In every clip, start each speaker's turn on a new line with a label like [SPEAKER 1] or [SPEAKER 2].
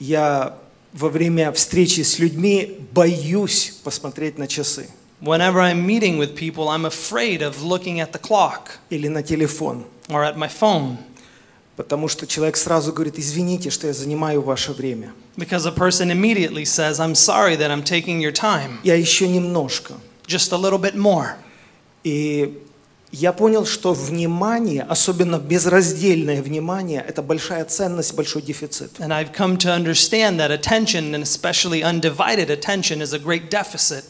[SPEAKER 1] я во время встречи с людьми боюсь посмотреть на часы
[SPEAKER 2] Whenever I'm meeting with people, I'm afraid of looking at the clock
[SPEAKER 1] или на телефон,
[SPEAKER 2] or at my phone
[SPEAKER 1] потому что человек сразу говорит, извините, что я занимаю ваше время.
[SPEAKER 2] because a person immediately says, I'm sorry that I'm taking your time,
[SPEAKER 1] Я еще немножко.
[SPEAKER 2] just a little bit more.
[SPEAKER 1] И я понял, что внимание, особенно безраздельное внимание, это большая ценность, большой дефицит.
[SPEAKER 2] And I've come to understand that attention, and especially undivided attention, is a great deficit.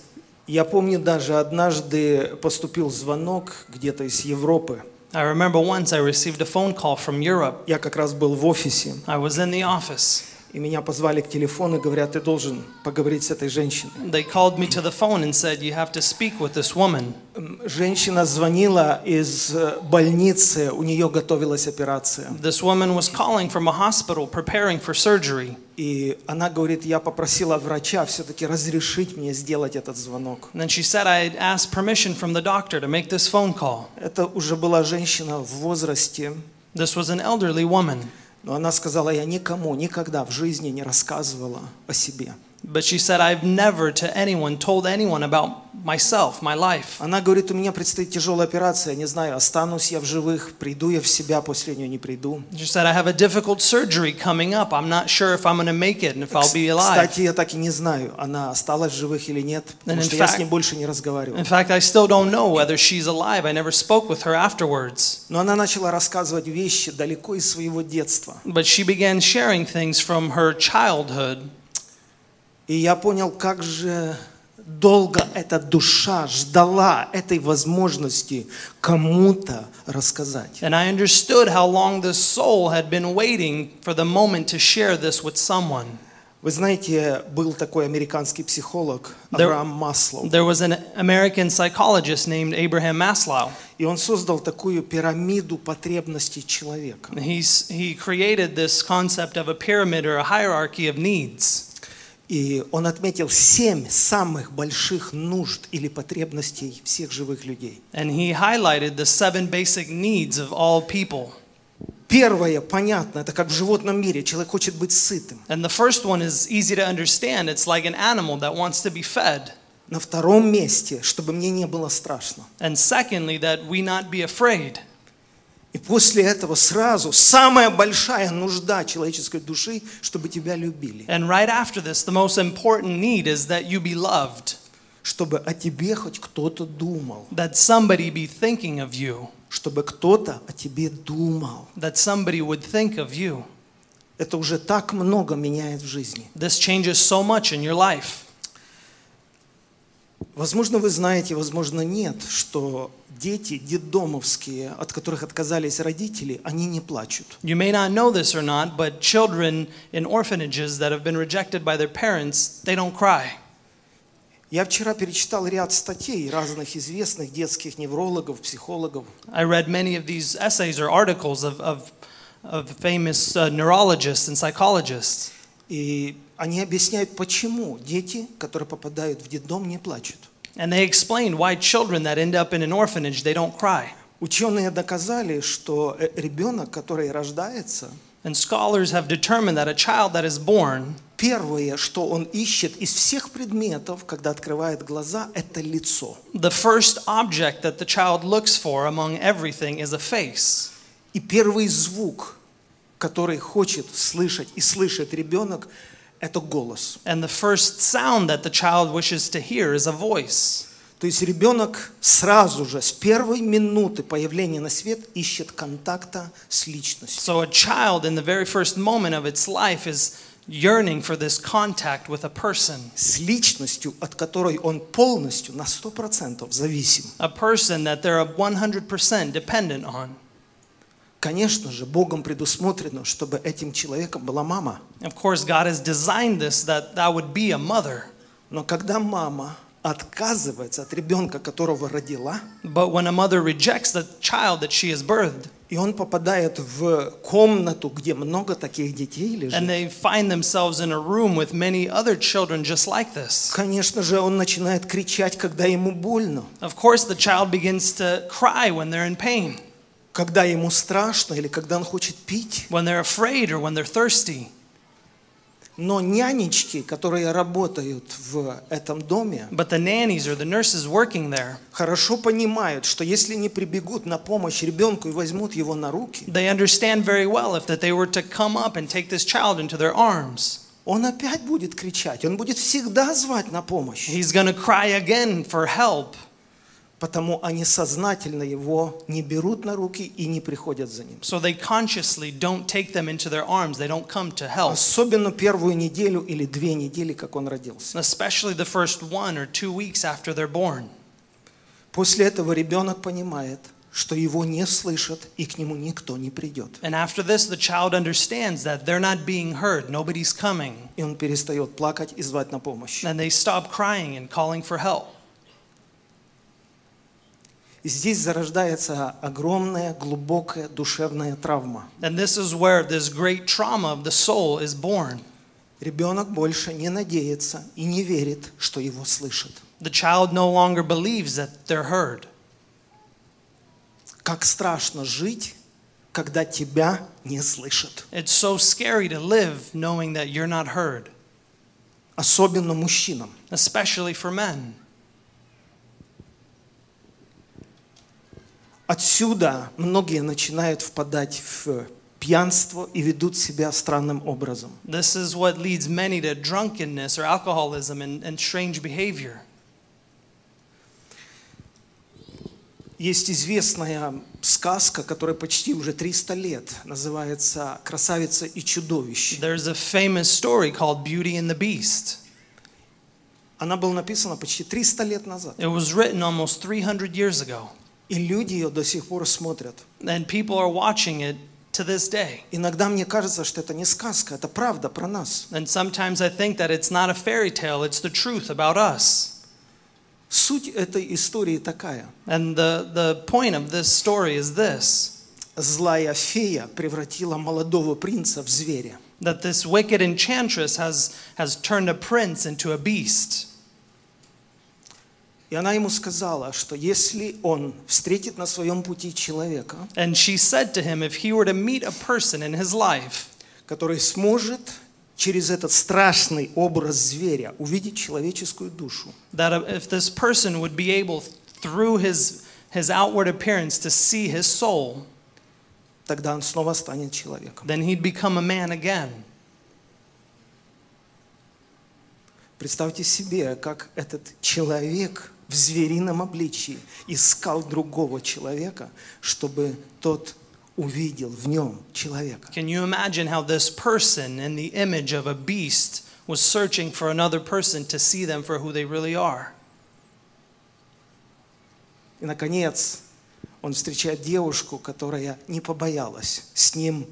[SPEAKER 1] Я помню, даже однажды поступил звонок где-то из Европы.
[SPEAKER 2] I remember once I received a phone call from Europe.
[SPEAKER 1] Я как раз был в офисе,
[SPEAKER 2] I was in the office.
[SPEAKER 1] и меня позвали к телефону и говорят, ты должен поговорить с этой женщиной.
[SPEAKER 2] They called me to the phone and said, You have to speak with this woman.
[SPEAKER 1] М, Женщина звонила из э, больницы, у нее готовилась операция.
[SPEAKER 2] This woman was calling from a hospital preparing for surgery.
[SPEAKER 1] И она говорит, я попросила врача все-таки разрешить мне сделать этот звонок.
[SPEAKER 2] And then she said, I had asked permission from the doctor to make this phone call.
[SPEAKER 1] Это уже была женщина в возрасте,
[SPEAKER 2] This was an elderly woman.
[SPEAKER 1] но она сказала, я никому никогда в жизни не рассказывала о себе.
[SPEAKER 2] But she said, I've never to anyone told anyone about myself, my life.
[SPEAKER 1] Она говорит, у меня предстоит тяжелая операция, я не знаю, останусь я в живых, приду я в себя, после нее не приду.
[SPEAKER 2] She said, I have a difficult surgery coming up. I'm not sure if I'm going to make it and if I'll be alive.
[SPEAKER 1] Кстати, я так и не знаю, она осталась в живых или нет, потому
[SPEAKER 2] And in
[SPEAKER 1] что я с
[SPEAKER 2] fact-
[SPEAKER 1] ней больше не
[SPEAKER 2] In
[SPEAKER 1] разговаривал.
[SPEAKER 2] fact, I still don't know whether she's alive. I never spoke with her afterwards.
[SPEAKER 1] Но она начала рассказывать вещи далеко из своего детства.
[SPEAKER 2] But she began sharing things from her childhood.
[SPEAKER 1] И я понял, как же долго эта душа ждала этой возможности кому-то рассказать.
[SPEAKER 2] And I understood how long this soul had been waiting for the moment to share this with someone.
[SPEAKER 1] Вы знаете, был такой американский психолог
[SPEAKER 2] Да.
[SPEAKER 1] Авраам Маслоу,
[SPEAKER 2] There was an American psychologist named Abraham Maslow.
[SPEAKER 1] и он создал такую пирамиду потребностей человека.
[SPEAKER 2] He's, he created this concept of a pyramid or a hierarchy of needs.
[SPEAKER 1] И он отметил семь самых больших нужд или потребностей всех живых людей.
[SPEAKER 2] And he highlighted the seven basic needs of all people.
[SPEAKER 1] Первое, понятно, это как в животном мире, человек хочет быть сытым.
[SPEAKER 2] And the first one is easy to understand. It's like an animal that wants to be fed.
[SPEAKER 1] На втором месте, чтобы мне не было страшно.
[SPEAKER 2] And secondly, that we not be afraid.
[SPEAKER 1] И после этого сразу самая большая нужда человеческой души, чтобы тебя любили,
[SPEAKER 2] And right after this, the most important need is that you be loved,
[SPEAKER 1] чтобы о тебе хоть кто-то думал,
[SPEAKER 2] that somebody be thinking of you,
[SPEAKER 1] чтобы кто-то о тебе думал.
[SPEAKER 2] that somebody would think of you.
[SPEAKER 1] Это уже так много меняет в жизни.
[SPEAKER 2] This changes so much in your life.
[SPEAKER 1] Возможно, вы знаете, возможно, нет, что дети детдомовские, от которых отказались родители, они не плачут.
[SPEAKER 2] You may not know this or not, but children in orphanages that have been rejected by their parents, they don't cry.
[SPEAKER 1] Я вчера перечитал ряд статей разных известных детских неврологов, психологов.
[SPEAKER 2] I read many of these essays or articles of, of, of famous uh, neurologists and psychologists.
[SPEAKER 1] И они объясняют, почему дети, которые попадают в детдом, не плачут.
[SPEAKER 2] And they explained why children that end up in an orphanage, they don't cry.
[SPEAKER 1] Ученые доказали, что э, ребенок, который рождается,
[SPEAKER 2] And scholars have determined that a child that is born,
[SPEAKER 1] первое, что он ищет из всех предметов, когда открывает глаза, это лицо.
[SPEAKER 2] the first object that the child looks for among everything is a face.
[SPEAKER 1] И первый звук, который хочет слышать и слышит ребенок, это голос.
[SPEAKER 2] And the first sound that the child wishes to hear is a voice.
[SPEAKER 1] То есть ребенок сразу же, с первой минуты появления на свет, ищет контакта с личностью.
[SPEAKER 2] So a child in the very first moment of its life is yearning for this contact with a person,
[SPEAKER 1] С личностью, от которой он полностью на 100% зависим.
[SPEAKER 2] a person that they're 100% dependent on.
[SPEAKER 1] Конечно же, Богом предусмотрено, чтобы этим человеком была мама.
[SPEAKER 2] Of course, God has designed this that that would be a mother.
[SPEAKER 1] Но когда мама отказывается от ребенка, которого родила,
[SPEAKER 2] But when a mother rejects the child that she has birthed,
[SPEAKER 1] и он попадает в комнату, где много таких детей лежит,
[SPEAKER 2] and they find themselves in a room with many other children just like this,
[SPEAKER 1] конечно же, он начинает кричать, когда ему больно,
[SPEAKER 2] of course, the child begins to cry when they're in pain,
[SPEAKER 1] когда ему страшно или когда он хочет пить.
[SPEAKER 2] when they're afraid, or when they're thirsty.
[SPEAKER 1] Но нянечки, которые работают в этом доме,
[SPEAKER 2] But the nannies or the nurses working there,
[SPEAKER 1] хорошо понимают, что если не прибегут на помощь ребенку и возьмут его на руки,
[SPEAKER 2] they understand very well if that they were to come up and take this child into their arms,
[SPEAKER 1] он опять будет кричать, он будет всегда звать на помощь.
[SPEAKER 2] he's going to cry again for help.
[SPEAKER 1] Потому они сознательно его не берут на руки и не приходят за ним.
[SPEAKER 2] So they consciously don't take them into their arms. They don't come to help,
[SPEAKER 1] Особенно первую неделю или две недели, как он родился.
[SPEAKER 2] especially the first one or two weeks after they're born.
[SPEAKER 1] После этого ребенок понимает, что его не слышат и к нему никто не придет.
[SPEAKER 2] And after this, the child understands that they're not being heard, nobody's coming,
[SPEAKER 1] И он перестает плакать и звать на помощь.
[SPEAKER 2] and they stop crying and calling for help.
[SPEAKER 1] Здесь зарождается огромная, глубокая душевная травма.
[SPEAKER 2] And this is where this great trauma of the soul is born.
[SPEAKER 1] Ребенок больше не надеется и не верит, что его слышат.
[SPEAKER 2] The child no longer believes that they're heard.
[SPEAKER 1] Как страшно жить, когда тебя не слышат.
[SPEAKER 2] It's so scary to live knowing that you're not heard,
[SPEAKER 1] Особенно мужчинам.
[SPEAKER 2] especially for men.
[SPEAKER 1] Отсюда многие начинают впадать в пьянство и ведут себя странным образом.
[SPEAKER 2] This is what leads many to drunkenness or alcoholism and, and strange behavior.
[SPEAKER 1] Есть известная сказка, которая почти уже 300 лет, называется «Красавица и чудовище».
[SPEAKER 2] There's a famous story called Beauty and the Beast.
[SPEAKER 1] Она была написана почти 300 лет назад,
[SPEAKER 2] It was written almost 300 years ago,
[SPEAKER 1] и люди ее до сих пор смотрят.
[SPEAKER 2] and people are watching it to this day.
[SPEAKER 1] Иногда мне кажется, что это не сказка, это правда про нас.
[SPEAKER 2] And sometimes I think that it's not a fairy tale, it's the truth about us.
[SPEAKER 1] Суть этой истории такая.
[SPEAKER 2] And the, the point of this story is this
[SPEAKER 1] Злая фея превратила молодого принца в зверя.
[SPEAKER 2] that this wicked enchantress has, has turned a prince into a beast.
[SPEAKER 1] И она ему сказала, что если он встретит на своем пути человека,
[SPEAKER 2] And she said to him if he were to meet a person in his life
[SPEAKER 1] который сможет через этот страшный образ зверя увидеть человеческую душу,
[SPEAKER 2] that if this person would be able through his his outward appearance to see his soul
[SPEAKER 1] тогда он снова станет человеком.
[SPEAKER 2] then he'd become a man again
[SPEAKER 1] Представьте себе, как этот человек в зверином обличии искал другого человека, чтобы тот увидел в нем человека.
[SPEAKER 2] can you imagine how this person in the image of a beast was searching for another person to see them for who they really are
[SPEAKER 1] И, наконец, он встречает девушку, которая не побоялась с ним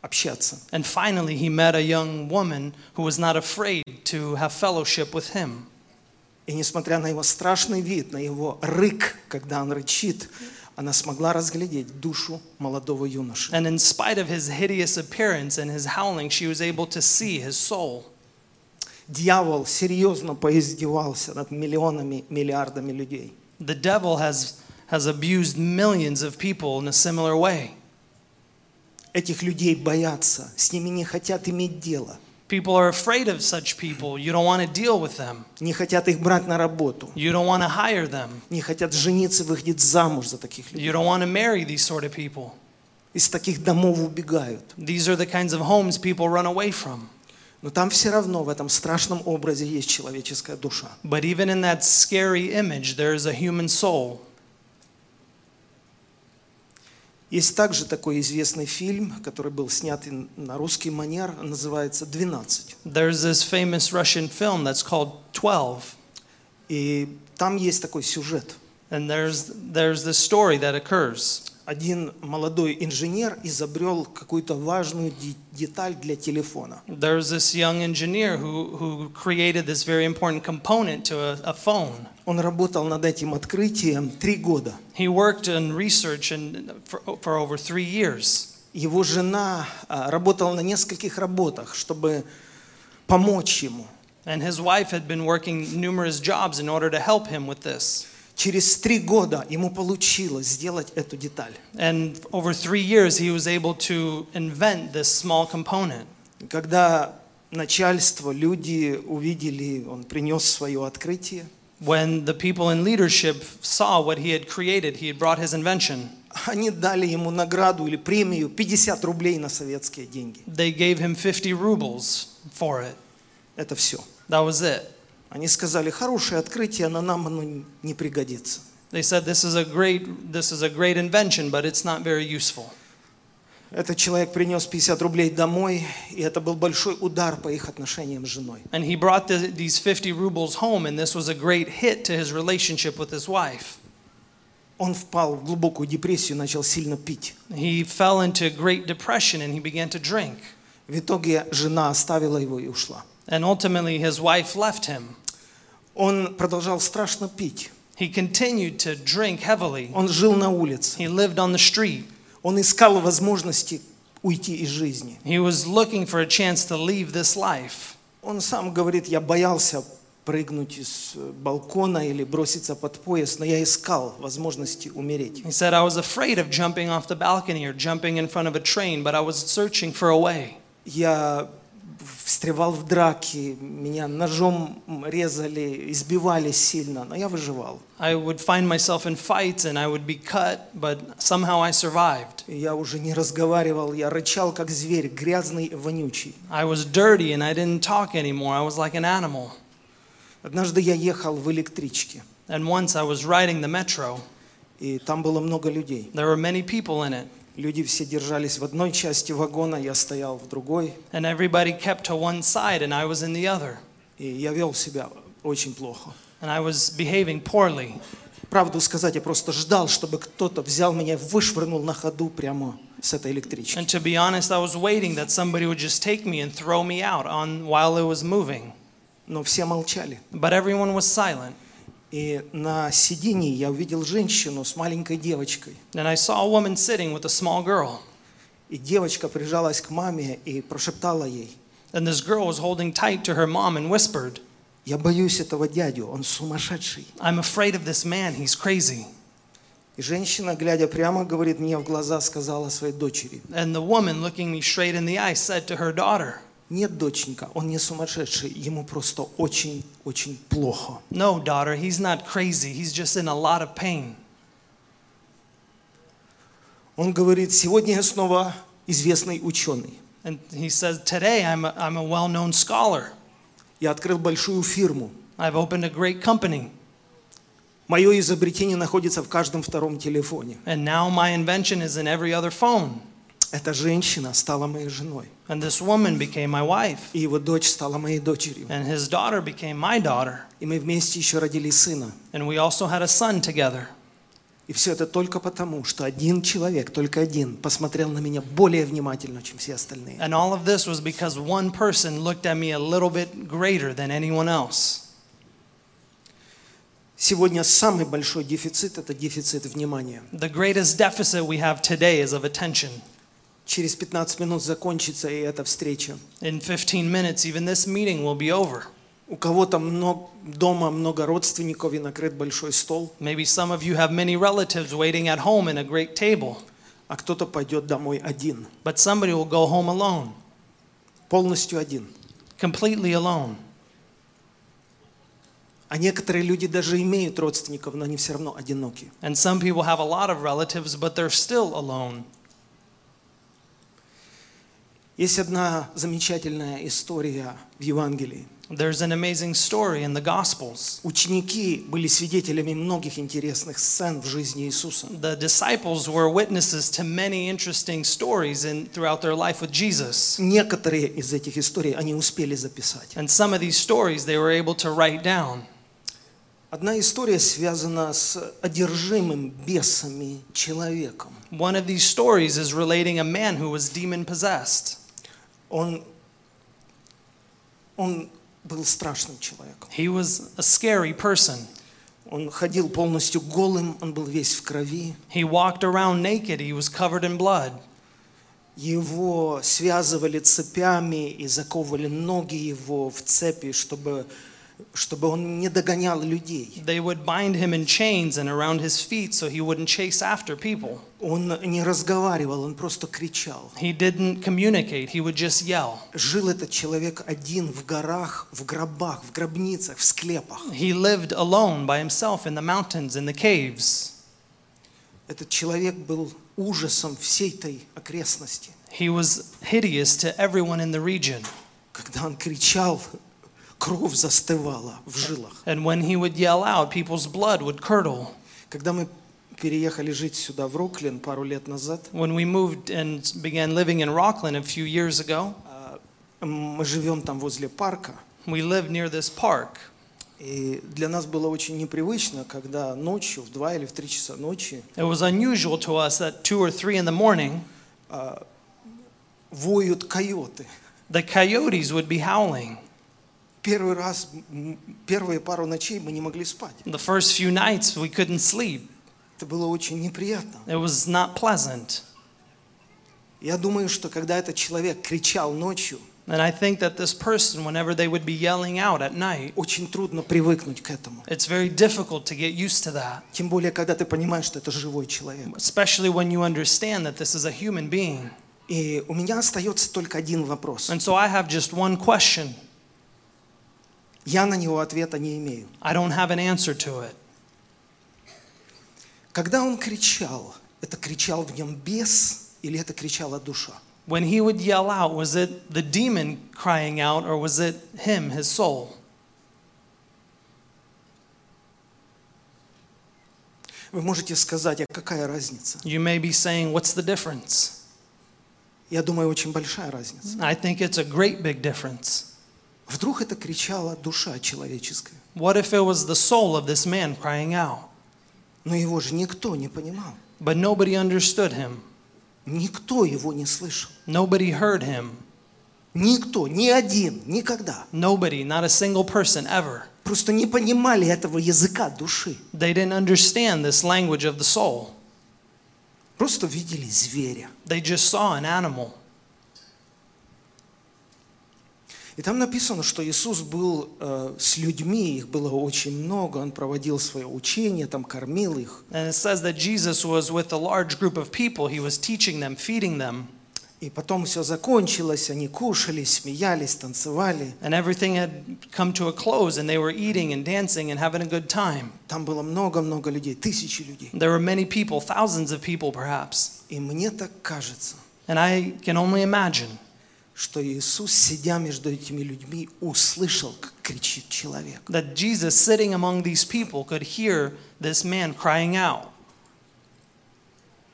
[SPEAKER 1] общаться.
[SPEAKER 2] and finally he met a young woman who was not afraid to have fellowship with him
[SPEAKER 1] И несмотря на его страшный вид, на его рык, когда он рычит, она смогла разглядеть душу молодого юноши.
[SPEAKER 2] and in spite of his hideous appearance and his howling she was able to see his soul
[SPEAKER 1] Дьявол серьезно поиздевался над миллионами, миллиардами людей.
[SPEAKER 2] The devil has, has abused millions of people in a similar way.
[SPEAKER 1] Этих людей боятся, с ними не хотят иметь дело,
[SPEAKER 2] People are afraid of such people. You don't want to deal with them,
[SPEAKER 1] не хотят их брать на работу,
[SPEAKER 2] you don't want to hire them,
[SPEAKER 1] не хотят жениться, выходить замуж за таких людей.
[SPEAKER 2] you don't want to marry these sort of people.
[SPEAKER 1] Из таких домов убегают.
[SPEAKER 2] These are the kinds of homes people run away from.
[SPEAKER 1] Но там все равно в этом страшном образе есть человеческая душа.
[SPEAKER 2] But even in that scary image, there is a human soul.
[SPEAKER 1] Есть также такой известный фильм, который был снят и на русский манер, он называется «12».
[SPEAKER 2] There's this famous Russian film that's called 12,
[SPEAKER 1] И там есть такой сюжет.
[SPEAKER 2] and there's, there's this story that occurs.
[SPEAKER 1] Один молодой инженер изобрел какую-то важную де- деталь для телефона.
[SPEAKER 2] There's this young engineer who, who created this very important component to a, a phone.
[SPEAKER 1] Он работал над этим открытием три года.
[SPEAKER 2] He worked in research and for, for over three years.
[SPEAKER 1] Его жена а, работала на нескольких работах, чтобы помочь ему.
[SPEAKER 2] And his wife had been working numerous jobs in order to help him with this.
[SPEAKER 1] Через три года ему получилось сделать эту деталь.
[SPEAKER 2] And over three years, he was able to invent this small component.
[SPEAKER 1] Когда начальство, люди увидели, он принес свое открытие.
[SPEAKER 2] When the people in leadership saw what he had created, he had brought his invention.
[SPEAKER 1] Они дали ему награду или премию 50 рублей на советские деньги.
[SPEAKER 2] They gave him 50 rubles for it.
[SPEAKER 1] Это все.
[SPEAKER 2] That was it.
[SPEAKER 1] Они сказали, хорошее открытие, но нам оно не пригодится.
[SPEAKER 2] They said this is a great this is a great invention, but it's not very useful.
[SPEAKER 1] Этот человек принес 50 рублей домой, и это был большой удар по их отношениям с женой.
[SPEAKER 2] And he brought the, these 50 rubles home, and this was a great hit to his relationship with his wife.
[SPEAKER 1] Он впал в глубокую депрессию, начал сильно пить.
[SPEAKER 2] He fell into great depression and he began to drink.
[SPEAKER 1] В итоге жена оставила его и ушла.
[SPEAKER 2] And ultimately, his wife left him.
[SPEAKER 1] Он продолжал страшно пить.
[SPEAKER 2] He continued to drink heavily.
[SPEAKER 1] Он жил на улице.
[SPEAKER 2] He lived on the street.
[SPEAKER 1] Он искал возможности уйти из жизни.
[SPEAKER 2] He was looking for a chance to leave this life.
[SPEAKER 1] Он сам говорит, я боялся прыгнуть из э, балкона или броситься под поезд, но я искал возможности умереть.
[SPEAKER 2] He said, I was afraid of jumping off the balcony or jumping in front of a train, but I was searching for a way.
[SPEAKER 1] Я встревал в драки, меня ножом резали, избивали сильно, но я выживал.
[SPEAKER 2] I would find myself in fights and I would be cut, but somehow I survived.
[SPEAKER 1] Я уже не разговаривал, я рычал как зверь, грязный, и вонючий.
[SPEAKER 2] I was dirty and I didn't talk anymore. I was like an animal.
[SPEAKER 1] Однажды я ехал в электричке,
[SPEAKER 2] And once I was riding the metro.
[SPEAKER 1] и там было много людей.
[SPEAKER 2] There were many people in it,
[SPEAKER 1] Люди все держались в одной части вагона, я стоял в другой,
[SPEAKER 2] and everybody kept to one side and I was in the other.
[SPEAKER 1] и я вел себя очень плохо.
[SPEAKER 2] And I was behaving poorly.
[SPEAKER 1] Правду сказать, я просто ждал, чтобы кто-то взял меня и вышвырнул на ходу прямо с этой электрички.
[SPEAKER 2] And to be honest, I was waiting that somebody would just take me and throw me out on while it was moving.
[SPEAKER 1] Но все молчали.
[SPEAKER 2] But everyone was silent.
[SPEAKER 1] И на сиденье я увидел женщину с маленькой девочкой.
[SPEAKER 2] And I saw a woman sitting with a small girl.
[SPEAKER 1] И девочка прижалась к маме и прошептала ей,
[SPEAKER 2] And this girl was holding tight to her mom and whispered,
[SPEAKER 1] я боюсь этого дядю, он сумасшедший.
[SPEAKER 2] I'm afraid of this man, he's crazy.
[SPEAKER 1] И женщина, глядя прямо, говорит мне в глаза, сказала своей дочери,
[SPEAKER 2] And the woman, looking me straight in the eye, said to her daughter,
[SPEAKER 1] нет, доченька, он не сумасшедший, ему просто очень-очень плохо.
[SPEAKER 2] No, daughter, he's not crazy, he's just in a lot of pain.
[SPEAKER 1] Он говорит, сегодня я снова известный ученый.
[SPEAKER 2] And he says, Today I'm a, I'm a well known scholar.
[SPEAKER 1] Я открыл большую фирму.
[SPEAKER 2] I've opened a great company,
[SPEAKER 1] Мое изобретение находится в каждом втором телефоне.
[SPEAKER 2] and now my invention is in every other phone.
[SPEAKER 1] Эта женщина стала моей женой.
[SPEAKER 2] And this woman became my wife,
[SPEAKER 1] И его дочь стала моей дочерью.
[SPEAKER 2] and his daughter became my daughter,
[SPEAKER 1] И мы вместе еще родили сына.
[SPEAKER 2] and we also had a son together.
[SPEAKER 1] И все это только потому, что один человек, только один, посмотрел на меня более внимательно, чем все остальные.
[SPEAKER 2] And all of this was because one person looked at me a little bit greater than anyone else.
[SPEAKER 1] Сегодня самый большой дефицит – это дефицит внимания.
[SPEAKER 2] The greatest deficit we have today is of attention.
[SPEAKER 1] Через 15 минут закончится и эта встреча.
[SPEAKER 2] In 15 minutes, even this meeting will be over.
[SPEAKER 1] У кого-то мно- дома много родственников и накрыт большой стол,
[SPEAKER 2] Maybe some of you have many relatives waiting at home in a great table,
[SPEAKER 1] а кто-то пойдет домой один,
[SPEAKER 2] but somebody will go home alone,
[SPEAKER 1] полностью один.
[SPEAKER 2] completely alone.
[SPEAKER 1] А некоторые люди даже имеют родственников, но они все равно одиноки.
[SPEAKER 2] And some people have a lot of relatives, but they're still alone.
[SPEAKER 1] Есть одна замечательная история в Евангелии.
[SPEAKER 2] There's an amazing story in the Gospels.
[SPEAKER 1] Ученики были свидетелями многих интересных сцен в жизни Иисуса.
[SPEAKER 2] The disciples were witnesses to many interesting stories in, throughout their life with Jesus.
[SPEAKER 1] Некоторые из этих историй они успели записать.
[SPEAKER 2] And some of these stories they were able to write down.
[SPEAKER 1] Одна история связана с одержимым бесами человеком.
[SPEAKER 2] One of these stories is relating a man who was demon possessed.
[SPEAKER 1] Он, он был страшным человеком.
[SPEAKER 2] He was a scary person.
[SPEAKER 1] Он ходил полностью голым, он был весь в крови.
[SPEAKER 2] He walked around naked. He was covered in blood.
[SPEAKER 1] Его связывали цепями и заковывали ноги его в цепи, чтобы чтобы он не догонял людей.
[SPEAKER 2] They would bind him in chains and around his feet so he wouldn't chase after people.
[SPEAKER 1] Он не разговаривал, он просто кричал.
[SPEAKER 2] He didn't communicate, he would just yell.
[SPEAKER 1] Жил этот человек один в горах, в гробах, в гробницах, в склепах.
[SPEAKER 2] He lived alone by himself in the mountains, in the caves.
[SPEAKER 1] Этот человек был ужасом всей этой окрестности.
[SPEAKER 2] He was hideous to everyone in the region.
[SPEAKER 1] Когда он кричал, кровь застывала в жилах.
[SPEAKER 2] And when he would yell out, people's blood would curdle.
[SPEAKER 1] Когда мы переехали жить сюда, в Роклин, пару лет назад,
[SPEAKER 2] When we moved and began living in Rockland a few years ago,
[SPEAKER 1] а, мы живем там возле парка,
[SPEAKER 2] we lived near this park.
[SPEAKER 1] и для нас было очень непривычно, когда ночью, в 2 или в 3 часа ночи,
[SPEAKER 2] It was unusual to us that two or three in the morning,
[SPEAKER 1] а, воют койоты.
[SPEAKER 2] the coyotes would be howling.
[SPEAKER 1] Первый раз, м, первые пару ночей мы не могли спать.
[SPEAKER 2] The first few nights, we couldn't sleep.
[SPEAKER 1] Это было очень неприятно.
[SPEAKER 2] It was not pleasant.
[SPEAKER 1] Я думаю, что когда этот человек кричал ночью,
[SPEAKER 2] And I think that this person, whenever they would be yelling out at night,
[SPEAKER 1] очень трудно привыкнуть к этому.
[SPEAKER 2] it's very difficult to get used to that,
[SPEAKER 1] Тем более, когда ты понимаешь, что это живой человек.
[SPEAKER 2] especially when you understand that this is a human being.
[SPEAKER 1] И у меня остается только один вопрос.
[SPEAKER 2] And so I have just one question.
[SPEAKER 1] Я на него ответа не имею.
[SPEAKER 2] I don't have an answer to it.
[SPEAKER 1] Когда он кричал, это кричал в нем бес или это кричала душа?
[SPEAKER 2] When he would yell out, was it the demon crying out or was it him, his soul?
[SPEAKER 1] Вы можете сказать, а какая разница?
[SPEAKER 2] You may be saying, What's the difference?
[SPEAKER 1] Я думаю, очень большая разница.
[SPEAKER 2] I think it's a great big difference.
[SPEAKER 1] Вдруг это кричала душа человеческая.
[SPEAKER 2] What if it was the soul of this man crying out?
[SPEAKER 1] Но его же никто не понимал.
[SPEAKER 2] But nobody understood him,
[SPEAKER 1] Никто его не слышал.
[SPEAKER 2] nobody heard him,
[SPEAKER 1] Никто, ни один, никогда.
[SPEAKER 2] nobody, not a single person ever.
[SPEAKER 1] Просто не понимали этого языка души.
[SPEAKER 2] They didn't understand this language of the soul.
[SPEAKER 1] Просто видели зверя.
[SPEAKER 2] They just saw an animal.
[SPEAKER 1] И там написано, что Иисус был э, с людьми, их было очень много, он проводил свое учение, там кормил их.
[SPEAKER 2] And it says that Jesus was with a large group of people. He was teaching them, feeding them.
[SPEAKER 1] И потом все закончилось, они кушали, смеялись, танцевали.
[SPEAKER 2] And everything had come to a close, and they were eating and dancing and having a good time.
[SPEAKER 1] Там было много-много людей, тысячи людей.
[SPEAKER 2] There were many people, thousands of people perhaps.
[SPEAKER 1] И мне так кажется,
[SPEAKER 2] And I can only imagine
[SPEAKER 1] что Иисус, сидя между этими людьми, услышал, как кричит человек.
[SPEAKER 2] that Jesus, sitting among these people, could hear this man crying out.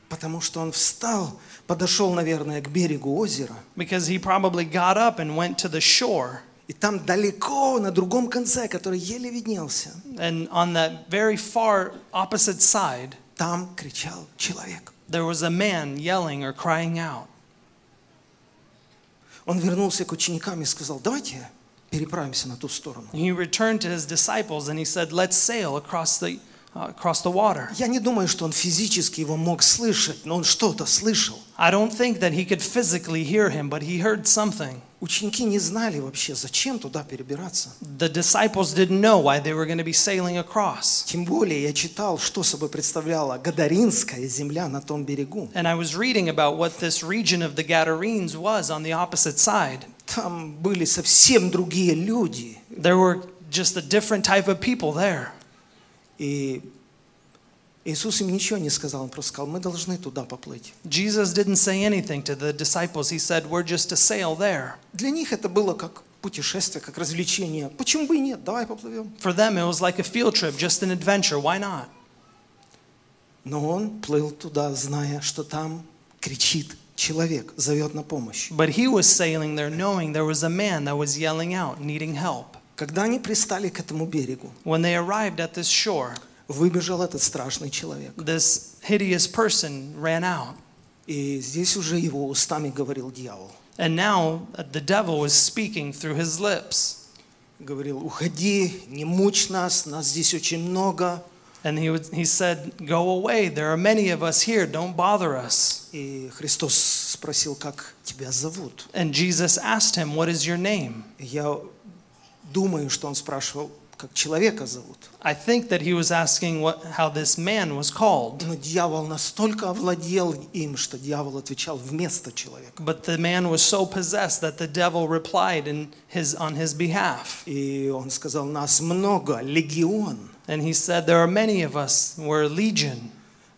[SPEAKER 1] Потому что он встал, подошел, наверное, к берегу озера,
[SPEAKER 2] Because he probably got up and went to the shore.
[SPEAKER 1] и там далеко, на другом конце, который еле виднелся,
[SPEAKER 2] And on that very far opposite side,
[SPEAKER 1] там кричал человек.
[SPEAKER 2] there was a man yelling or crying out.
[SPEAKER 1] Он вернулся к ученикам и сказал, давайте переправимся на ту сторону.
[SPEAKER 2] He returned to his disciples and he said, Let's sail across the, uh, across the water.
[SPEAKER 1] Я не думаю, что он физически его мог слышать, но он что-то слышал.
[SPEAKER 2] I don't think that he could physically hear him, but he heard something.
[SPEAKER 1] Ученики не знали вообще, зачем туда перебираться.
[SPEAKER 2] The disciples didn't know why they were going to be sailing across.
[SPEAKER 1] Тем более я читал, что собой представляла Гадаринская земля на том берегу.
[SPEAKER 2] And I was reading about what this region of the Gadarenes was on the opposite side.
[SPEAKER 1] Там были совсем другие люди.
[SPEAKER 2] There were just a different type of people there.
[SPEAKER 1] И Иисус им ничего не сказал, он просто сказал, мы должны туда поплыть.
[SPEAKER 2] Jesus didn't say anything to the disciples. He said, We're just to sail there.
[SPEAKER 1] Для них это было как путешествие, как развлечение. Почему бы и нет? Давай поплывем.
[SPEAKER 2] For them, it was like a field trip, just an adventure. Why not?
[SPEAKER 1] Но он плыл туда, зная, что там кричит человек, зовет на помощь.
[SPEAKER 2] But he was sailing there knowing there was a man that was yelling out, needing help.
[SPEAKER 1] Когда они пристали к этому берегу,
[SPEAKER 2] When they arrived at this shore,
[SPEAKER 1] выбежал этот страшный человек.
[SPEAKER 2] this hideous person ran out.
[SPEAKER 1] И здесь уже его устами говорил дьявол.
[SPEAKER 2] And now uh, the devil was speaking through his lips.
[SPEAKER 1] Говорил, уходи, не мучь нас, нас здесь очень много.
[SPEAKER 2] And he, would, he said, Go away. There are many of us here. Don't bother us.
[SPEAKER 1] И Христос спросил, как тебя зовут.
[SPEAKER 2] And Jesus asked him, What is your name?
[SPEAKER 1] Я Думаю, что он спрашивал, как человека зовут.
[SPEAKER 2] I think that he was asking what, how this man was called,
[SPEAKER 1] Но дьявол настолько овладел им, что дьявол отвечал вместо человека.
[SPEAKER 2] but the man was so possessed that the devil replied in his, on his behalf.
[SPEAKER 1] И он сказал, нас много, легион.
[SPEAKER 2] And he said, There are many of us, we're a legion.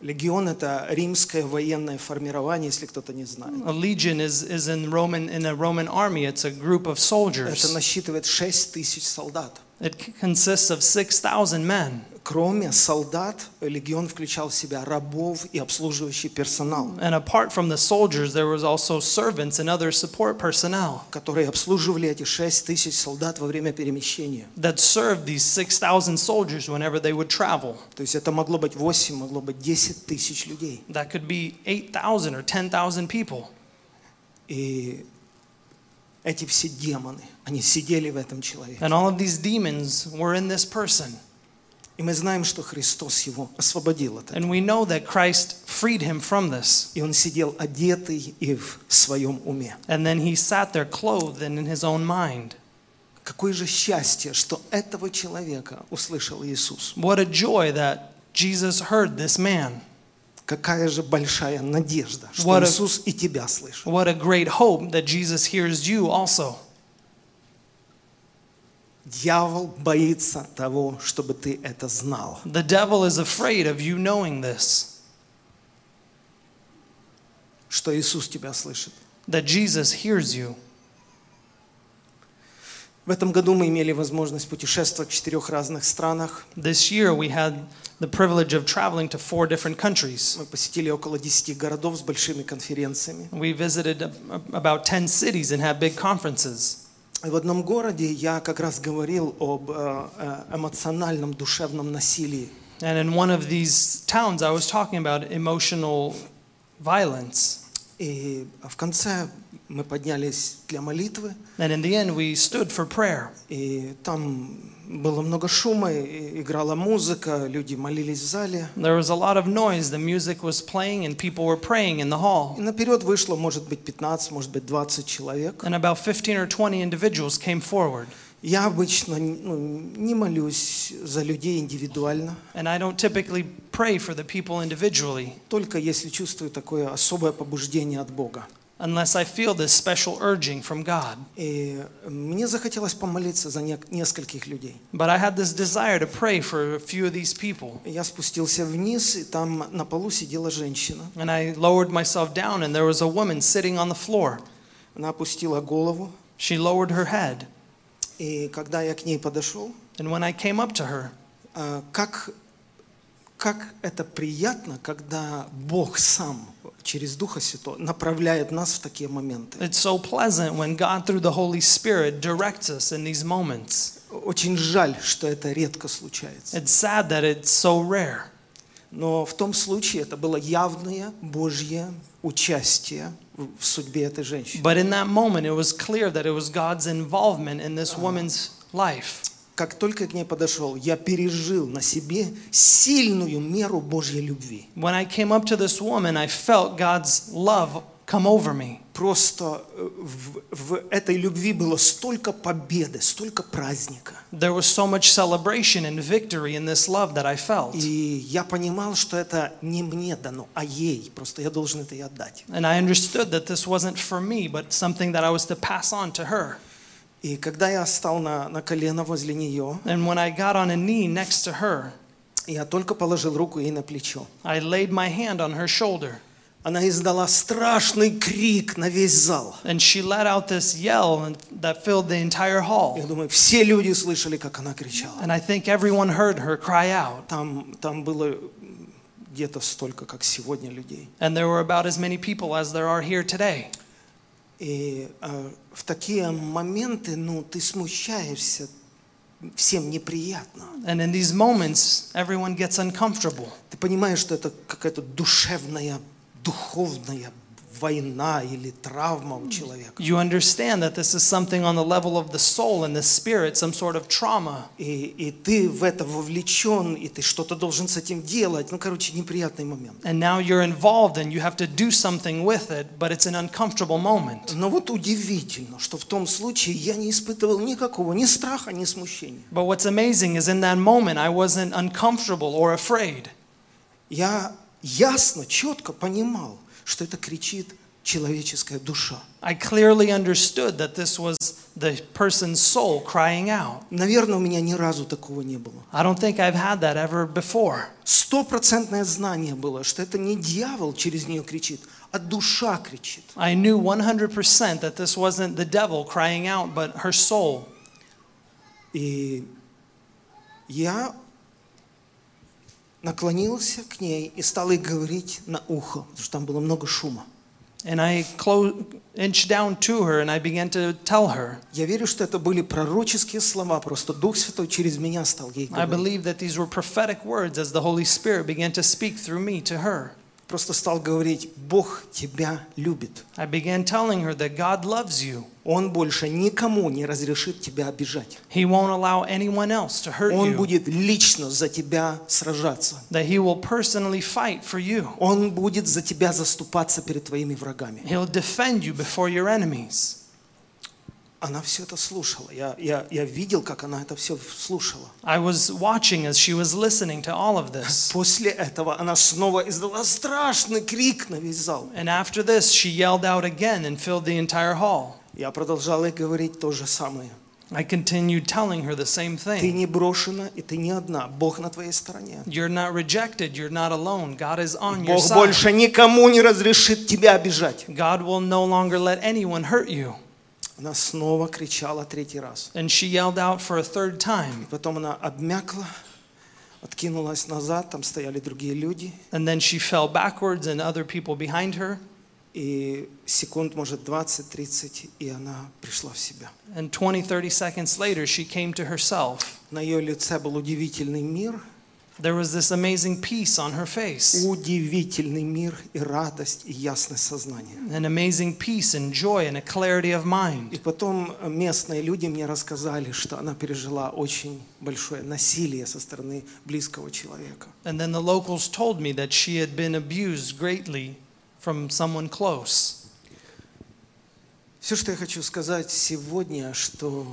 [SPEAKER 1] Легион – это римское военное формирование, если кто-то не знает.
[SPEAKER 2] A legion is, is in, Roman, in a Roman army, it's a group of
[SPEAKER 1] Это
[SPEAKER 2] soldiers.
[SPEAKER 1] насчитывает 6 тысяч солдат.
[SPEAKER 2] It c- consists of 6,000 men.
[SPEAKER 1] Кроме солдат, легион включал в себя рабов и обслуживающий персонал,
[SPEAKER 2] And apart from the soldiers, there was also servants and other support personnel
[SPEAKER 1] которые обслуживали эти 6 тысяч солдат во время перемещения.
[SPEAKER 2] that served these 6,000 soldiers whenever they would travel.
[SPEAKER 1] То есть это могло быть 8, могло быть 10 тысяч людей.
[SPEAKER 2] That could be 8,000 or 10,000 people.
[SPEAKER 1] И эти все демоны, они сидели в этом человеке.
[SPEAKER 2] And all of these demons were in this person.
[SPEAKER 1] И мы знаем, что Христос его освободил от этого.
[SPEAKER 2] And we know that Christ freed him from this.
[SPEAKER 1] И он сидел одетый и в своем уме.
[SPEAKER 2] And then he sat there clothed and in his own mind.
[SPEAKER 1] Какое же счастье, что этого человека услышал Иисус.
[SPEAKER 2] What a joy that Jesus heard this man.
[SPEAKER 1] Какая же большая надежда, что
[SPEAKER 2] What a-
[SPEAKER 1] Иисус и тебя слышит.
[SPEAKER 2] What a great hope that Jesus hears you also.
[SPEAKER 1] Дьявол боится того, чтобы ты это знал.
[SPEAKER 2] The devil is afraid of you knowing this,
[SPEAKER 1] что Иисус тебя слышит.
[SPEAKER 2] that Jesus hears you.
[SPEAKER 1] В этом году мы имели возможность путешествовать в четырех разных странах.
[SPEAKER 2] This year we had the privilege of traveling to four different countries.
[SPEAKER 1] Мы посетили около 10 городов с большими конференциями.
[SPEAKER 2] We visited a- about 10 cities and had big conferences.
[SPEAKER 1] И в одном городе я как раз говорил об э, э, эмоциональном, душевном насилии.
[SPEAKER 2] And in one of these towns, I was talking about emotional violence.
[SPEAKER 1] И в конце мы поднялись для молитвы,
[SPEAKER 2] And in the end, we stood for prayer.
[SPEAKER 1] и там было много шума, и играла музыка, люди молились в зале.
[SPEAKER 2] There was a lot of noise. The music was playing, and people were praying in the hall.
[SPEAKER 1] И наперед вышло, может быть, 15, может быть, 20 человек.
[SPEAKER 2] and about 15 or 20 individuals came forward.
[SPEAKER 1] Я обычно ну, не молюсь за людей индивидуально,
[SPEAKER 2] And I don't typically pray for the people individually
[SPEAKER 1] только если чувствую такое особое побуждение от Бога.
[SPEAKER 2] unless I feel this special urging from God.
[SPEAKER 1] И мне захотелось помолиться за нек- нескольких людей.
[SPEAKER 2] But I had this desire to pray for a few of these people.
[SPEAKER 1] Я спустился вниз, и там на полу сидела женщина.
[SPEAKER 2] And I lowered myself down, and there was a woman sitting on the floor.
[SPEAKER 1] Она опустила голову,
[SPEAKER 2] She lowered her head.
[SPEAKER 1] и когда я к ней подошел,
[SPEAKER 2] And when I came up to her,
[SPEAKER 1] а, как, как это приятно, когда Бог сам через Духа Святого направляет нас в такие моменты.
[SPEAKER 2] it's so pleasant when God, through the Holy Spirit, directs us in these moments.
[SPEAKER 1] Очень жаль, что это редко случается.
[SPEAKER 2] It's sad that it's so rare.
[SPEAKER 1] Но в том случае это было явное Божье участие в в судьбе этой женщины.
[SPEAKER 2] But in that moment, it was clear that it was God's involvement in this woman's life.
[SPEAKER 1] Как только я к ней подошел, я пережил на себе сильную меру Божьей любви.
[SPEAKER 2] When I came up to this woman, I felt God's love come over me.
[SPEAKER 1] Просто э, в, в этой любви было столько победы, столько праздника.
[SPEAKER 2] There was so much celebration and victory in this love that I felt.
[SPEAKER 1] И я понимал, что это не мне дано, а ей. Просто я должен это ей отдать.
[SPEAKER 2] And I understood that this wasn't for me, but something that I was to pass on to her.
[SPEAKER 1] И когда я стал на, на колено возле нее,
[SPEAKER 2] And when I got on a knee next to her,
[SPEAKER 1] я только положил руку ей на плечо.
[SPEAKER 2] I laid my hand on her shoulder.
[SPEAKER 1] Она издала страшный крик на весь зал.
[SPEAKER 2] And she let out this yell and- that filled the
[SPEAKER 1] Я
[SPEAKER 2] entire hall.
[SPEAKER 1] думаю, все люди слышали, как она кричала.
[SPEAKER 2] And I think everyone heard her cry out.
[SPEAKER 1] Там, там было м, где-то столько, как сегодня людей.
[SPEAKER 2] And there were about as many people as there are here today.
[SPEAKER 1] И э, в такие моменты, ну, ты смущаешься, всем неприятно.
[SPEAKER 2] And in these moments, everyone gets uncomfortable.
[SPEAKER 1] Ты понимаешь, что это какая-то душевная, духовная война или травма у человека.
[SPEAKER 2] You understand that this is something on the level of the soul and the spirit, some sort of trauma.
[SPEAKER 1] И, и ты в это вовлечен, и ты что-то должен с этим делать. Ну, короче, неприятный момент.
[SPEAKER 2] And now you're involved and you have to do something with it, but it's an uncomfortable moment.
[SPEAKER 1] Но вот удивительно, что в том случае я не испытывал никакого ни страха, ни смущения.
[SPEAKER 2] But what's amazing is in that moment, I wasn't uncomfortable or afraid.
[SPEAKER 1] Я ясно, четко понимал, что это кричит человеческая душа.
[SPEAKER 2] I clearly understood that this was the person's soul crying out.
[SPEAKER 1] Наверное, у меня ни разу такого не было.
[SPEAKER 2] I don't think I've had that ever before.
[SPEAKER 1] Стопроцентное знание было, что это не дьявол через нее кричит, а душа кричит.
[SPEAKER 2] I knew 100% that this wasn't the devil crying out, but her soul.
[SPEAKER 1] И я наклонился к ней и стал ей говорить на ухо, потому что там было много шума.
[SPEAKER 2] And I clo- inched down to her and I began to tell her.
[SPEAKER 1] Я верю, что это были пророческие слова, просто Дух Святой через меня стал ей
[SPEAKER 2] I
[SPEAKER 1] говорить.
[SPEAKER 2] believe that these were prophetic words as the Holy Spirit began to speak through me to her.
[SPEAKER 1] Просто стал говорить, Бог тебя любит.
[SPEAKER 2] I began telling her that God loves you.
[SPEAKER 1] Он больше никому не разрешит тебя обижать.
[SPEAKER 2] He won't allow anyone else to hurt
[SPEAKER 1] Он
[SPEAKER 2] you.
[SPEAKER 1] будет лично за тебя сражаться.
[SPEAKER 2] That He will personally fight for you.
[SPEAKER 1] Он будет за тебя заступаться перед твоими врагами.
[SPEAKER 2] He'll defend you before your enemies.
[SPEAKER 1] Она все это слушала. Я, я, я видел, как она это все слушала.
[SPEAKER 2] I was watching as she was listening to all of this.
[SPEAKER 1] После этого она снова издала страшный крик на весь зал.
[SPEAKER 2] And after this, she yelled out again and filled the entire hall.
[SPEAKER 1] Я продолжал ей говорить то же самое.
[SPEAKER 2] I continued telling her the same
[SPEAKER 1] Ты
[SPEAKER 2] thing.
[SPEAKER 1] не брошена, и ты не одна. Бог на твоей стороне.
[SPEAKER 2] You're not rejected. You're not alone. God is on your
[SPEAKER 1] Бог
[SPEAKER 2] side.
[SPEAKER 1] больше никому не разрешит тебя обижать.
[SPEAKER 2] God will no longer let anyone hurt you.
[SPEAKER 1] Она снова кричала третий раз.
[SPEAKER 2] And she yelled out for a third time.
[SPEAKER 1] Потом она обмякла, откинулась назад, там стояли другие люди.
[SPEAKER 2] And then she fell backwards and other people behind her.
[SPEAKER 1] И секунд, может, 20-30, и она пришла в себя.
[SPEAKER 2] And 20, 30 seconds later, she came to herself.
[SPEAKER 1] На ее лице был удивительный мир,
[SPEAKER 2] There was this amazing peace on her face,
[SPEAKER 1] удивительный мир и радость, и ясность сознания.
[SPEAKER 2] an amazing peace and joy and a clarity of
[SPEAKER 1] И
[SPEAKER 2] mind.
[SPEAKER 1] потом местные люди мне рассказали, что она пережила очень большое насилие со стороны близкого человека.
[SPEAKER 2] And then the locals told me that she had been abused greatly from someone close.
[SPEAKER 1] Все, что я хочу сказать сегодня, что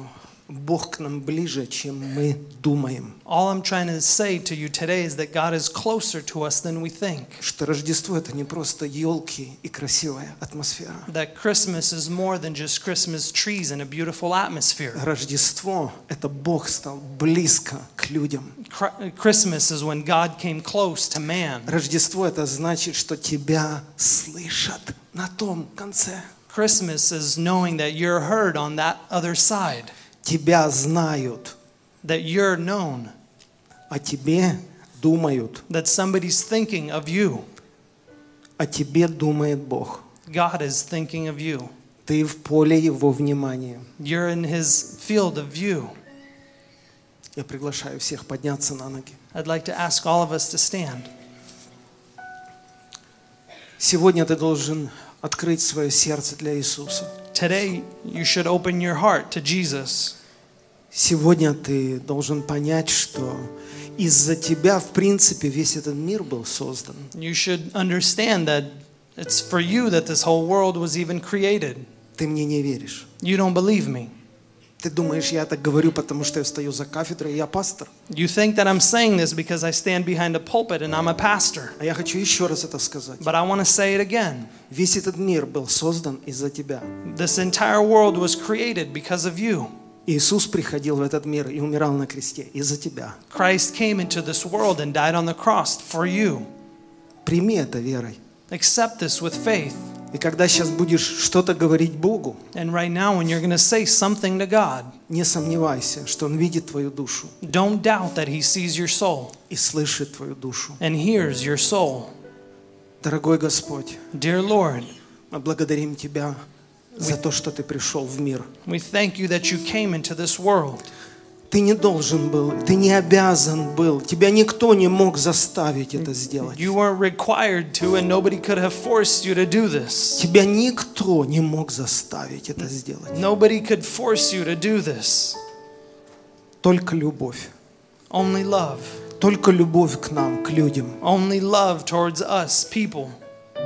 [SPEAKER 1] Бог к нам ближе, чем мы думаем.
[SPEAKER 2] All I'm trying to say to you today is that God is closer to us than we think,
[SPEAKER 1] Что Рождество – это не просто елки и красивая атмосфера.
[SPEAKER 2] that Christmas is more than just Christmas trees and a beautiful atmosphere.
[SPEAKER 1] Рождество – это Бог стал близко к людям.
[SPEAKER 2] Cri- Christmas is when God came close to man.
[SPEAKER 1] Рождество – это значит, что тебя слышат на том конце.
[SPEAKER 2] Christmas is knowing that you're heard on that other side,
[SPEAKER 1] Тебя знают,
[SPEAKER 2] that you're known,
[SPEAKER 1] о тебе думают,
[SPEAKER 2] that somebody's thinking of you.
[SPEAKER 1] о тебе думает Бог.
[SPEAKER 2] God is thinking of you.
[SPEAKER 1] Ты в поле Его внимания.
[SPEAKER 2] You're in his field of view.
[SPEAKER 1] Я приглашаю всех подняться на ноги.
[SPEAKER 2] I'd like to ask all of us to stand.
[SPEAKER 1] Сегодня ты должен открыть свое сердце для Иисуса.
[SPEAKER 2] Today, you should open your heart to Jesus.
[SPEAKER 1] Сегодня ты должен понять, что из-за тебя, в принципе, весь этот мир был создан.
[SPEAKER 2] You should understand that it's for you that this whole world was even created.
[SPEAKER 1] Ты мне не веришь.
[SPEAKER 2] You don't believe me.
[SPEAKER 1] Ты думаешь, я так говорю, потому что я стою за кафедрой, и я пастор.
[SPEAKER 2] You think that I'm saying this because I stand behind a pulpit and I'm a pastor.
[SPEAKER 1] А я хочу еще раз это сказать.
[SPEAKER 2] But I want to say it again.
[SPEAKER 1] Весь этот мир был создан из-за тебя.
[SPEAKER 2] This entire world was created because of you.
[SPEAKER 1] Иисус приходил в этот мир и умирал на кресте из-за тебя.
[SPEAKER 2] Christ came into this world and died on the cross for you.
[SPEAKER 1] Прими это верой.
[SPEAKER 2] Accept this with faith.
[SPEAKER 1] И когда сейчас будешь что-то говорить Богу,
[SPEAKER 2] And right now, when you're going to say something to God,
[SPEAKER 1] не сомневайся, что Он видит твою душу
[SPEAKER 2] don't doubt that He sees your soul
[SPEAKER 1] и слышит твою душу.
[SPEAKER 2] and hears your soul.
[SPEAKER 1] Дорогой Господь,
[SPEAKER 2] Dear Lord,
[SPEAKER 1] мы благодарим Тебя за то, что Ты пришел в мир.
[SPEAKER 2] we thank you that you came into this world.
[SPEAKER 1] Ты не должен был, ты не обязан был. Тебя никто не мог заставить это сделать.
[SPEAKER 2] You weren't required to, and nobody could have forced you to do this.
[SPEAKER 1] Тебя никто не мог заставить это сделать.
[SPEAKER 2] Nobody could force you to do this.
[SPEAKER 1] Только любовь.
[SPEAKER 2] Only love.
[SPEAKER 1] Только любовь к нам, к людям.
[SPEAKER 2] Only love towards us, people.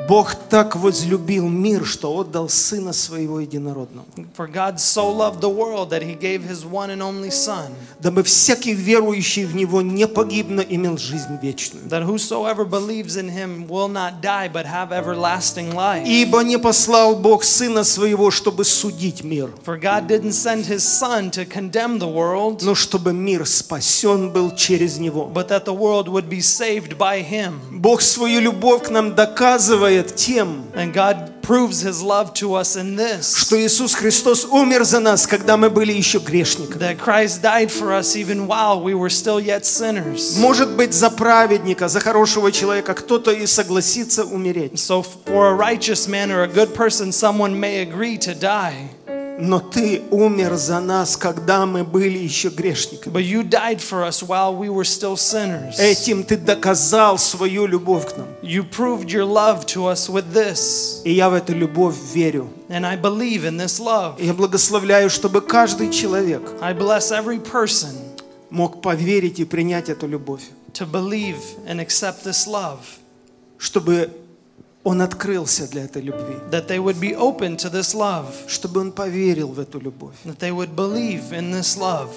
[SPEAKER 1] Бог так возлюбил мир, что отдал Сына Своего Единородного,
[SPEAKER 2] For God so loved the world that he gave his one and only Son,
[SPEAKER 1] дабы всякий верующий в Него не погиб, но имел жизнь вечную.
[SPEAKER 2] that whosoever believes in him will not die but have everlasting life.
[SPEAKER 1] Ибо не послал Бог Сына Своего, чтобы судить мир,
[SPEAKER 2] For God didn't send his Son to condemn the world,
[SPEAKER 1] но чтобы мир спасен был через Него.
[SPEAKER 2] but that the world would be saved by him.
[SPEAKER 1] Бог свою любовь к нам доказывает тем,
[SPEAKER 2] And God proves his love to us in this
[SPEAKER 1] что Иисус Христос умер за нас, когда мы были еще грешниками.
[SPEAKER 2] that Christ died for us even while we were still yet sinners.
[SPEAKER 1] Может быть, за праведника, за хорошего человека кто-то и согласится умереть,
[SPEAKER 2] So, for a righteous man or a good person, someone may agree to die.
[SPEAKER 1] но ты умер за нас, когда мы были еще грешниками.
[SPEAKER 2] But you died for us while we were still sinners.
[SPEAKER 1] Этим ты доказал свою любовь к нам.
[SPEAKER 2] You proved your love to us with this,
[SPEAKER 1] И я в эту любовь верю.
[SPEAKER 2] and I believe in this
[SPEAKER 1] И
[SPEAKER 2] love.
[SPEAKER 1] я благословляю, чтобы каждый человек
[SPEAKER 2] I bless every person
[SPEAKER 1] мог поверить и принять эту любовь,
[SPEAKER 2] to believe and accept this love,
[SPEAKER 1] чтобы он открылся для этой любви,
[SPEAKER 2] that they would be open to this love,
[SPEAKER 1] чтобы он поверил в эту любовь.
[SPEAKER 2] that they would believe in this love.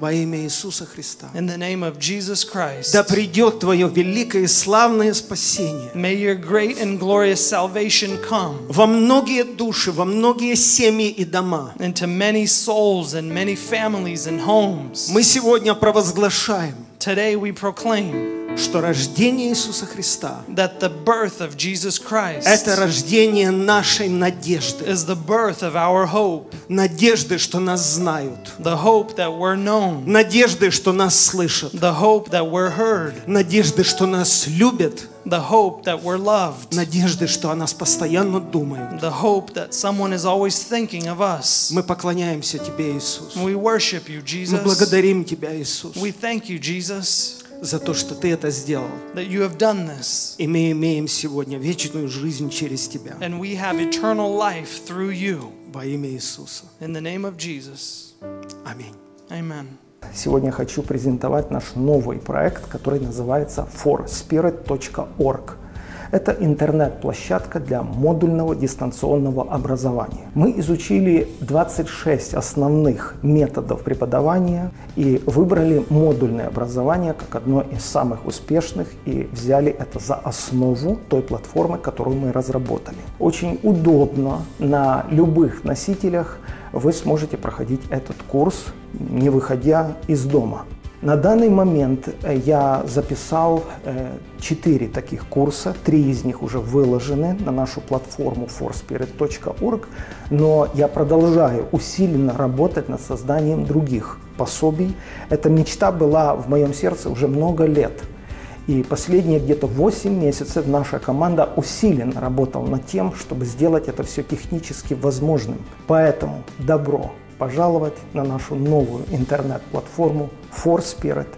[SPEAKER 1] Во имя Иисуса Христа.
[SPEAKER 2] In the name of Jesus Christ,
[SPEAKER 1] Да придет твое великое и славное спасение
[SPEAKER 2] may your great and glorious salvation come
[SPEAKER 1] во многие души, во многие семьи и дома.
[SPEAKER 2] into many souls and many families and homes.
[SPEAKER 1] Мы сегодня провозглашаем,
[SPEAKER 2] Today we proclaim
[SPEAKER 1] что рождение Иисуса Христа
[SPEAKER 2] that the birth of Jesus
[SPEAKER 1] – это
[SPEAKER 2] Christ
[SPEAKER 1] рождение нашей надежды.
[SPEAKER 2] is the birth of our hope.
[SPEAKER 1] Надежды, что нас знают.
[SPEAKER 2] the hope that we're known,
[SPEAKER 1] Надежды, что нас слышат.
[SPEAKER 2] the hope that we're heard,
[SPEAKER 1] Надежды, что нас любят.
[SPEAKER 2] the hope that we're loved,
[SPEAKER 1] Надежды, что о нас постоянно думают.
[SPEAKER 2] the hope that someone is always thinking of us.
[SPEAKER 1] Мы поклоняемся Тебе, Иисус.
[SPEAKER 2] We worship you,
[SPEAKER 1] Мы
[SPEAKER 2] Jesus.
[SPEAKER 1] благодарим Тебя, Иисус,
[SPEAKER 2] We thank you, Jesus,
[SPEAKER 1] за то, что Ты это сделал.
[SPEAKER 2] that you have done this,
[SPEAKER 1] И мы имеем сегодня вечную жизнь через Тебя.
[SPEAKER 2] and we have eternal life through you.
[SPEAKER 1] Во имя Иисуса.
[SPEAKER 2] In the name of Jesus,
[SPEAKER 1] Аминь.
[SPEAKER 2] amen.
[SPEAKER 3] Сегодня хочу презентовать наш новый проект, который называется forspirit.org. Это интернет-площадка для модульного дистанционного образования. Мы изучили 26 основных методов преподавания и выбрали модульное образование как одно из самых успешных и взяли это за основу той платформы, которую мы разработали. Очень удобно на любых носителях вы сможете проходить этот курс, не выходя из дома. На данный момент э, я записал 4 таких курса, три из них уже выложены на нашу платформу forspirit.org, но я продолжаю усиленно работать над созданием других пособий. Эта мечта была в моем сердце уже много лет. И последние где-то 8 месяцев наша команда усиленно работала над тем, чтобы сделать это все технически возможным. Поэтому добро пожаловать на нашу новую интернет-платформу forspirit.org.